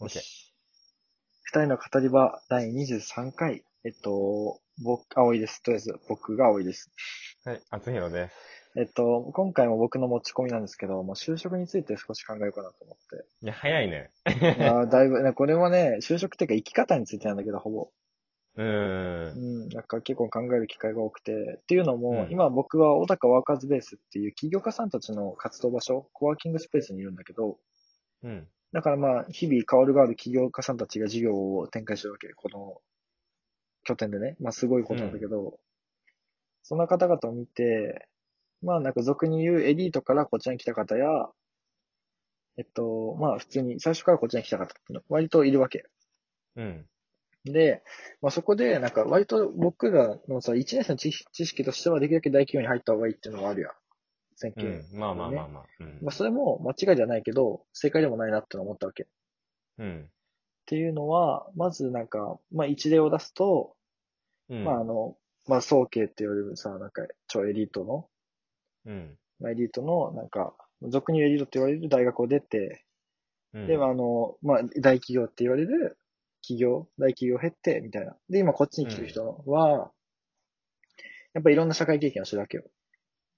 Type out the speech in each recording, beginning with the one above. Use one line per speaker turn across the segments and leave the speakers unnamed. OK。
二人の語り場第23回。えっと、僕、葵です。とりあえず、僕が葵です。
はい、厚弘です。
えっと、今回も僕の持ち込みなんですけど、もう就職について少し考えようかなと思
いや、早いね。
って。あーだいぶ、ね、これはね、就職っていうか生き方についてなんだけど、ほぼ。
うー。
うんん、なんか結構考える機会が多くて。っていうのも、
うん
今僕は小高ワーカーズベースっていう起業家さんたちの活動場所、コワーキングスペースにいるんだけど、
うん。
だからまあ、日々変わる変わる起業家さんたちが事業を展開してるわけで、この拠点でね。まあ、すごいことなんだけど、そんな方々を見て、まあ、なんか俗に言うエリートからこちらに来た方や、えっと、まあ、普通に最初からこちらに来た方っていうの、割といるわけ。
うん。
で、まあ、そこで、なんか割と僕らのさ、1年生の知知識としてはできるだけ大企業に入った方がいいっていうのはあるやん。先
う
見。
ん。まあまあまあまあ。うん
まあ、。それも間違いじゃないけど、正解でもないなってのは思ったわけ。
うん。
っていうのは、まずなんか、まあ一例を出すと、
うん。
まああの、まあ総慶って言われるさ、なんか超エリートの、
うん。
まあエリートの、なんか、俗に言うエリートって言われる大学を出て、
うん。
で、まああの、まあ大企業って言われる企業、大企業を経って、みたいな。で、今こっちに来てる人は、やっぱりいろんな社会経験をしてるわけよ。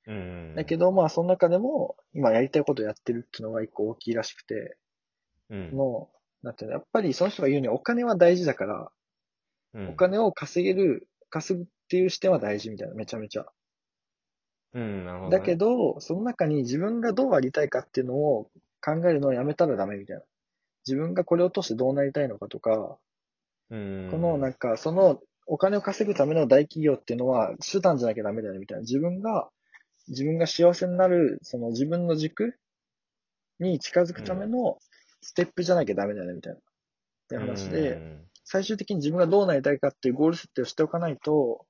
うん。
だけど、まあその中でも、今やりたいことをやってるっていうのが一個大きいらしくて、
うん、
もう、なんていうの、やっぱりその人が言うにはお金は大事だから、
うん
お。金を稼げる、稼ぐっていう視点は大事みたいな、めちゃめちゃ。
うん、なるほどね。
だけど、その中に自分がどうありたいかっていうのを考えるのをやめたらダメみたいな。自分がこれを通してどうなりたいのかとか、
うん、
このなんか、そのお金を稼ぐための大企業っていうのは手段じゃなきゃダメだよねみたいな。自分が、自分が幸せになる、その自分の軸に近づくためのステップじゃなきゃダメだよねみたいな。って話で、
うん
最終的に自分がどうなりたいかっていうゴール設定をしておかないと、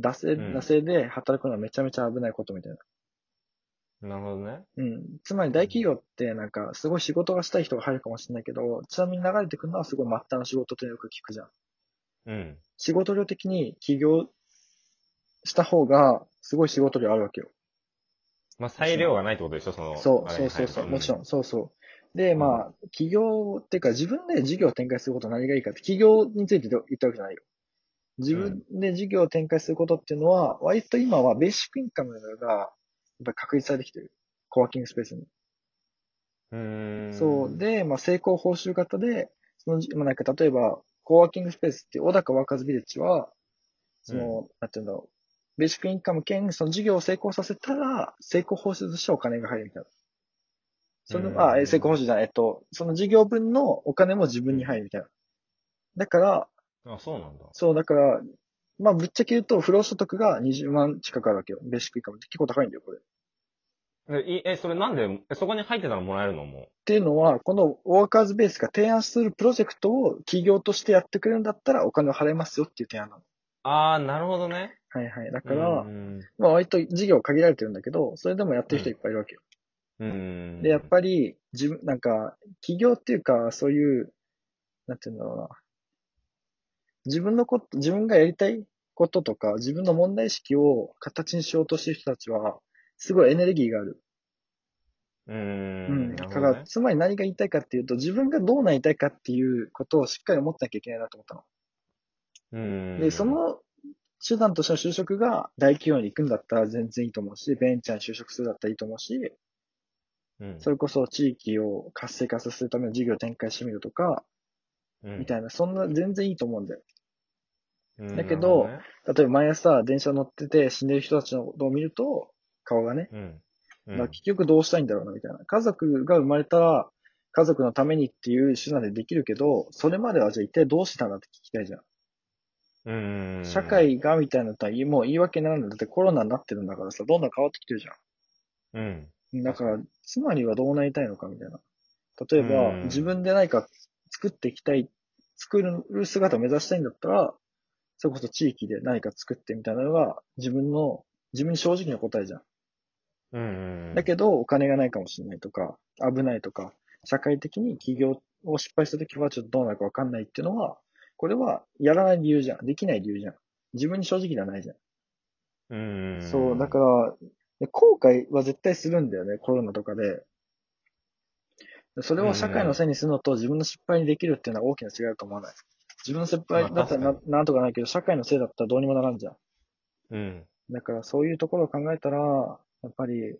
惰性、
うん
惰性で働くのはめちゃめちゃ危ないことみたいな。
なるほどね。
うん。つまり大企業ってなんか、すごい仕事がしたい人が入るかもしれないけど、ちなみに流れてくるのはすごい末端の仕事とよく聞くじゃん。
うん。
仕事量的に起業した方が、すごい仕事量あるわけよ。
まあ、裁量がないってことでしょ、その。
そう、
あれ
そう
に
そ
入
う
る
そう、もちろ
ん。
ん、そうそう。で、まあ、起業っていうか、自分で事業を展開することは何がいいかって、起業について言ったわけじゃないよ。自分で事業を展開することっていうのは、割と今はベーシックインカムが、やっぱり確立されてきてる。コワーキングスペースに。
うん。
そう。、で、まあ、成功報酬型で、その、まあ、なんか、例えば、コワーキングスペースって、小高ワーカーズビレッジは、その、なんていうんだろう。ベーシックインカム兼、その事業を成功させたら、成功報酬としてお金が入るみたいな。その、あ、え成功報酬じゃない、えっと、その事業分のお金も自分に入るみたいな。だから、
あ、そうなんだ。
そう、だから、まあ、ぶっちゃけ言うと、不労所得が20万近くあるわけよ。ベーシックインカムって結構高いんだよ、これ。っ
え、いえそれなんで、えそこに入ってたらもらえるのも
ていうのは、このワーカーズベースが提案するプロジェクトを企業としてやってくれるんだったら、お金を払いますよっていう提案なの。
う。ああ、なるほどね。
はいはい。だから
う、ん。
まあ、割と事業限られてるんだけど、それでもやってる人いっぱいいるわけよ。
うん。
で、やっぱり、自分、なんか、企業っていうか、そういう、なんていうんだろうな。自分のこと、自分がやりたいこととか、自分の問題意識を形にしようとしてる人たちは、すごいエネルギーがある。
う。
うんん。
な
だ
る
か
ほどね
ら、つまり何が言いたいかっていうと、自分がどうなりたいかっていうことをしっかり思ってなきゃいけないなと思ったの。
うん。
で、そ、の手段としての就職が大企業に行くんだったら全然いいと思うし、ベンチャーに就職するだったらいいと思うし、
うん、
それこそ地域を活性化させるための事業を展開してみるとか、みたいな、そんな全然いいと思うんだよ。
うん
だけど、例えば毎朝電車乗ってて死んでる人たちのことを見ると、顔がね、
なるほどね
まあ結局どうしたいんだろうな、みたいな。家族が生まれたら、家族のためにっていう手段でできるけど、それまではじゃあ一体どうしてたんだって聞きたいじゃん。
うん、うん、
社会がみたいなのとはもう言い訳にならない。だってコロナになってるんだからさ、どんどん変わってきてるじゃん。
うん、
だから、つまりはどうなりたいのかみたいな。例えば、
うん
自分で何か作っていきたい、作る姿を目指したいんだったら、それこそ地域で何か作ってみたいなのが、自分の、自分に正直な答えじゃん。
うん、うん、
だけど、お金がないかもしれないとか、危ないとか、社会的に起業を失敗した時はちょっとどうなるかわかんないっていうのは、これはやらない理由じゃん。できない理由じゃん。自分に正直ではないじゃん。
うん、
そう、だから、後悔は絶対するんだよね、コロナとかで。それを社会のせいにするのと自分の失敗にできるっていうのは大きな違いだと思わない。自分の失敗だったら
まあ
な
確
なんとかなるけど、社会のせいだったらどうにもならんじゃん。
うん。
だからそういうところを考えたら、やっぱり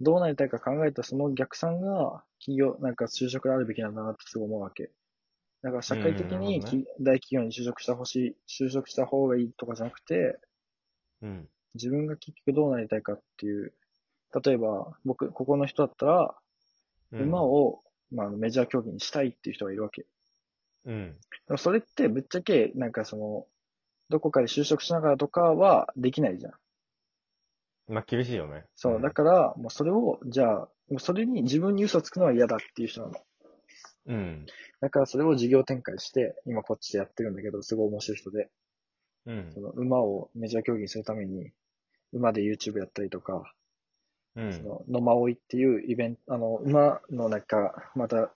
どうなりたいか考えたその逆算が企業、なんか就職であるべきなんだなってすごい思うわけ。だから社会的
うん
に
なるほ
き、
ど
大企業に就職したほしい、就職した方がいいとかじゃなくて、
うん。
自分が結局どうなりたいかっていう、例えば僕、ここの人だったら、
うん
馬。を、まあ、あのメジャー競技にしたいっていう人がいるわけ。
うん。
でもそれってぶっちゃけ、なんかその、どこかで就職しながらとかはできないじゃん。
まあ、厳しいよね。
そう、だから、もうそれを、じゃあ、もうそれに自分に嘘つくのは嫌だっていう人なの。
ら。うん。
だからそれを事業展開して、今こっちでやってるんだけど、すごい面白い人で、
うん
そ。の馬をメジャー競技にするために、馬で YouTube やったりとか、
うん。
その、野馬追いっていうイベント、あの、馬のなんか、また、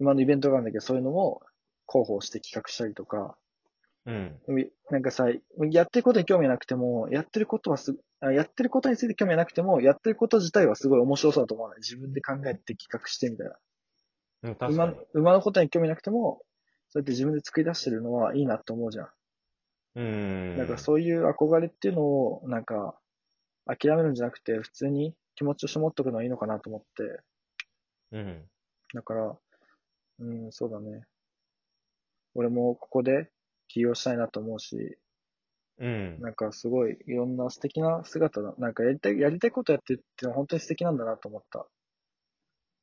馬のイベントがあるんだけど、そういうのも広報して企画したりとか、
うん。
でもなんかさ、やってることに興味なくても、やってることはす、あやってることについて興味なくても、やってること自体はすごい面白そうだと思わない。自分で考えて企画してみたいな。
うん。確か
馬
に
の。馬のことに興味なくても、そうやって自分で作り出してるのはいいなと思うじゃん。
うん。
なんかそういう憧れっていうのを、なんか、諦めるんじゃなくて、普通に気持ちをしもっとくのはいいのかなと思って。
うん。
だから、うん、そうだね。俺もここで起業したいなと思うし、
うん。
なんかすごいいろんな素敵な姿だ。なんかやりたい、やりたいことやってるっていうのは本当に素敵なんだなと思った。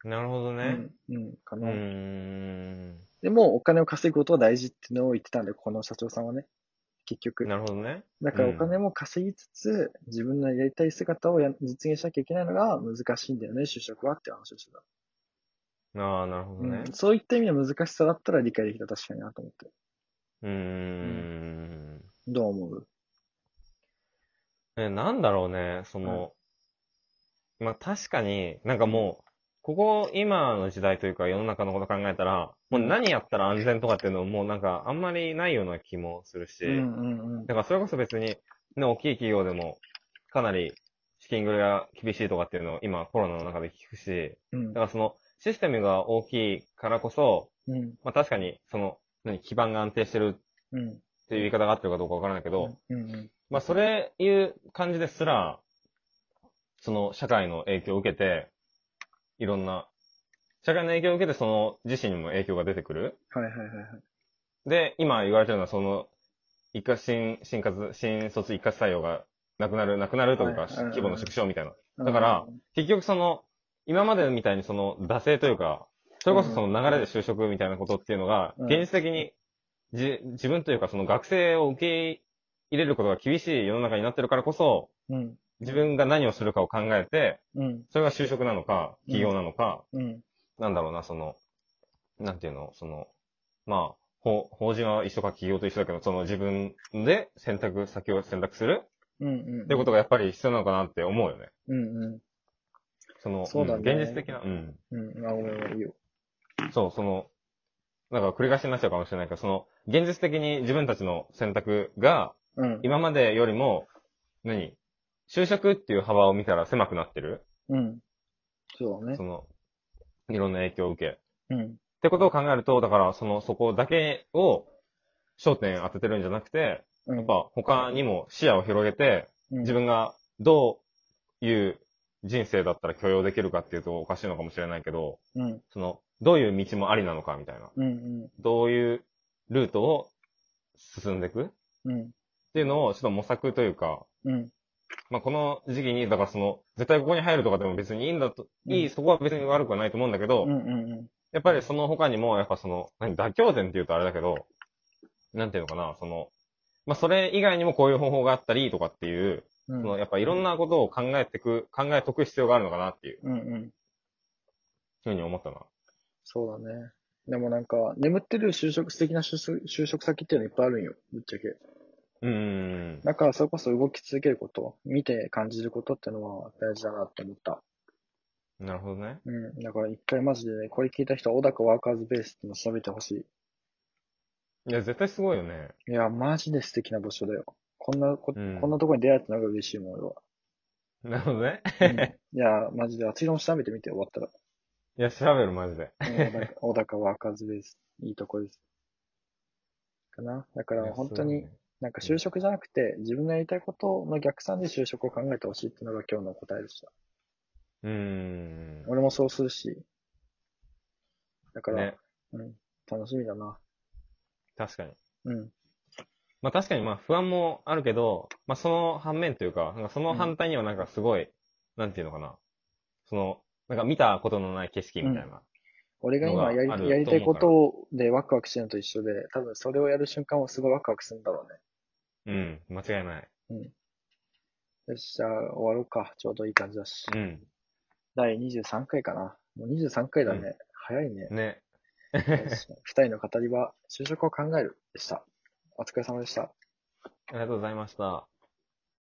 なるほどね。
うん、うん、か
う
な。
ん。
でもお金を稼ぐことは大事っていうのを言ってたんで、この社長さんはね。結局。
なるほどね。
だから
う
お
ん
金も稼ぎつつ、自分のやりたい姿をや実現しなきゃいけないのが難しいんだよね、就職はって話をしてた。
ああ、なるほどね
うん。そういった意味の難しさだったら理解できた確かになと思って。
うん。
どう思う
え、なんだろうね、その、まあ確かに、なんかもう、ここ今の時代というか世の中のこと考えたら、もう何やったら安全とかっていうのももうなんかあんまりないような気もするし、
うんうんうん
だ。からそれこそ別に、ね、大きい企業でもかなり資金繰りが厳しいとかっていうのを今コロナの中で聞くし、
うん
だからそのシステムが大きいからこそ、
うん
まあ確かにその、何、基盤が安定してる
うん
っていう言い方が合ってるかどうかわからないけど、
うんうん
まあ、それいう感じですら、その社会の影響を受けて、いろんな、社会の影響を受けてその自身にも影響が出てくる。
はいはいはいはい。
で、今言われてるのはその、一括新、新活、新卒一括採用がなくなる、なくなるというか、
はいはいはい
規模の縮小みたいな。だから結局その、今までみたいにその、惰性というか、それこそその流れで就職みたいなことっていうのが、
うん
現実的に、じ、自分というかその学生を受け入れることが厳しい世の中になってるからこそ、
うん、
自分が何をするかを考えて、
うん、
それが就職なのか、
うん
起業なのか、
うん、
なんだろうな、その、なんていうの、その、まあ、法法人は一緒か起業と一緒だけど、その自分で選択、先を選択する
うん、うん。
ってことがやっぱり必要なのかなって思うよね。
うん、う
その、
そうだね
ん現実的な、うん。
ん、うん。あ、ごめんごめん、いいよ。
そう、その、なんか繰り返しになっちゃうかもしれないけど、その、現実的に自分たちの選択が、
うん、
今までよりも、何就職っていう幅を見たら狭くなってる
うん。そうだね
そ。の、いろんな影響を受け。
うん、
ってことを考えると、だから、その、そこだけを焦点当ててるんじゃなくて、
うん。
やっぱ他にも視野を広げて、
うん、
自分がどういう人生だったら許容できるかっていうとおかしいのかもしれないけど、
うん、
その、どういう道もありなのかみたいな。
うん、
どういうルートを進んでいくっ
うん、うん、
ていうのをちょっと模索というか、
うん、
まあ、この時期に、だからその、絶対ここに入るとかでも別にいいんだと、
うん
いい、そこは別に悪くはないと思うんだけど、
うん、うん、
やっぱりその他にも、やっぱその、何、妥協点って言うとあれだけど、なんていうのかな、その、まあ、それ以外にもこういう方法があったりとかっていう、
う
そ
ん
の、やっぱいろんなことを考えてく、考えとく必要があるのかなっていう
うん、うん。
ふうに思ったな。
そうだね。でもなんか、眠ってる就職、素敵な就職就職先っていうのいっぱいあるんよ、ぶっちゃけ。
うーん。
だからそれこそ動き続けること、見て感じることってのは大事だなって思った。
なるほどね。
うん。だから一回マジでね、これ聞いた人は小高ワーカーズベースっていうの調べてほしい。
いや、絶対すごいよね。
いや、マジで素敵な場所だよ。こんなこ、
うん
こんなとこに出会えたのが嬉しいもん、俺は。
なるほどね。
うんいや、マジで、あっちも調べてみて、終わったら。
いや、調べる、マジで。
うん 小高小高は開かずです。いいとこです。かな。だか
い
ら
や
本当に、。なんか
うん
就職じゃなくて、自分のやりたいことの逆算で就職を考えてほしいっていうのが今日の答えでした。
そうだねうーん。
俺もそうするし。だから、
ね、
うん、楽しみだな。
確かに。
うん、
まあ確かにまあ不安もあるけど、まあその反面というか、なんかその反対にはなんかすごい、なんていうのかな。その、なんか見たことのない景色みたいな。
俺が今や
のがあると思うか
り
ら
やりたいことをでワクワクしてるのと一緒で、多分それをやる瞬間はすごいワクワクするんだろうね。
うん、間違いない。
よっしゃ、終わろうか。ちょうどいい感じだし。
うん。
第23回かな。もう23回だね。
うん
早いね。
ね。
よし二人の語りは、就職を考えるでした。お疲れ様でした。
ありがとうございました。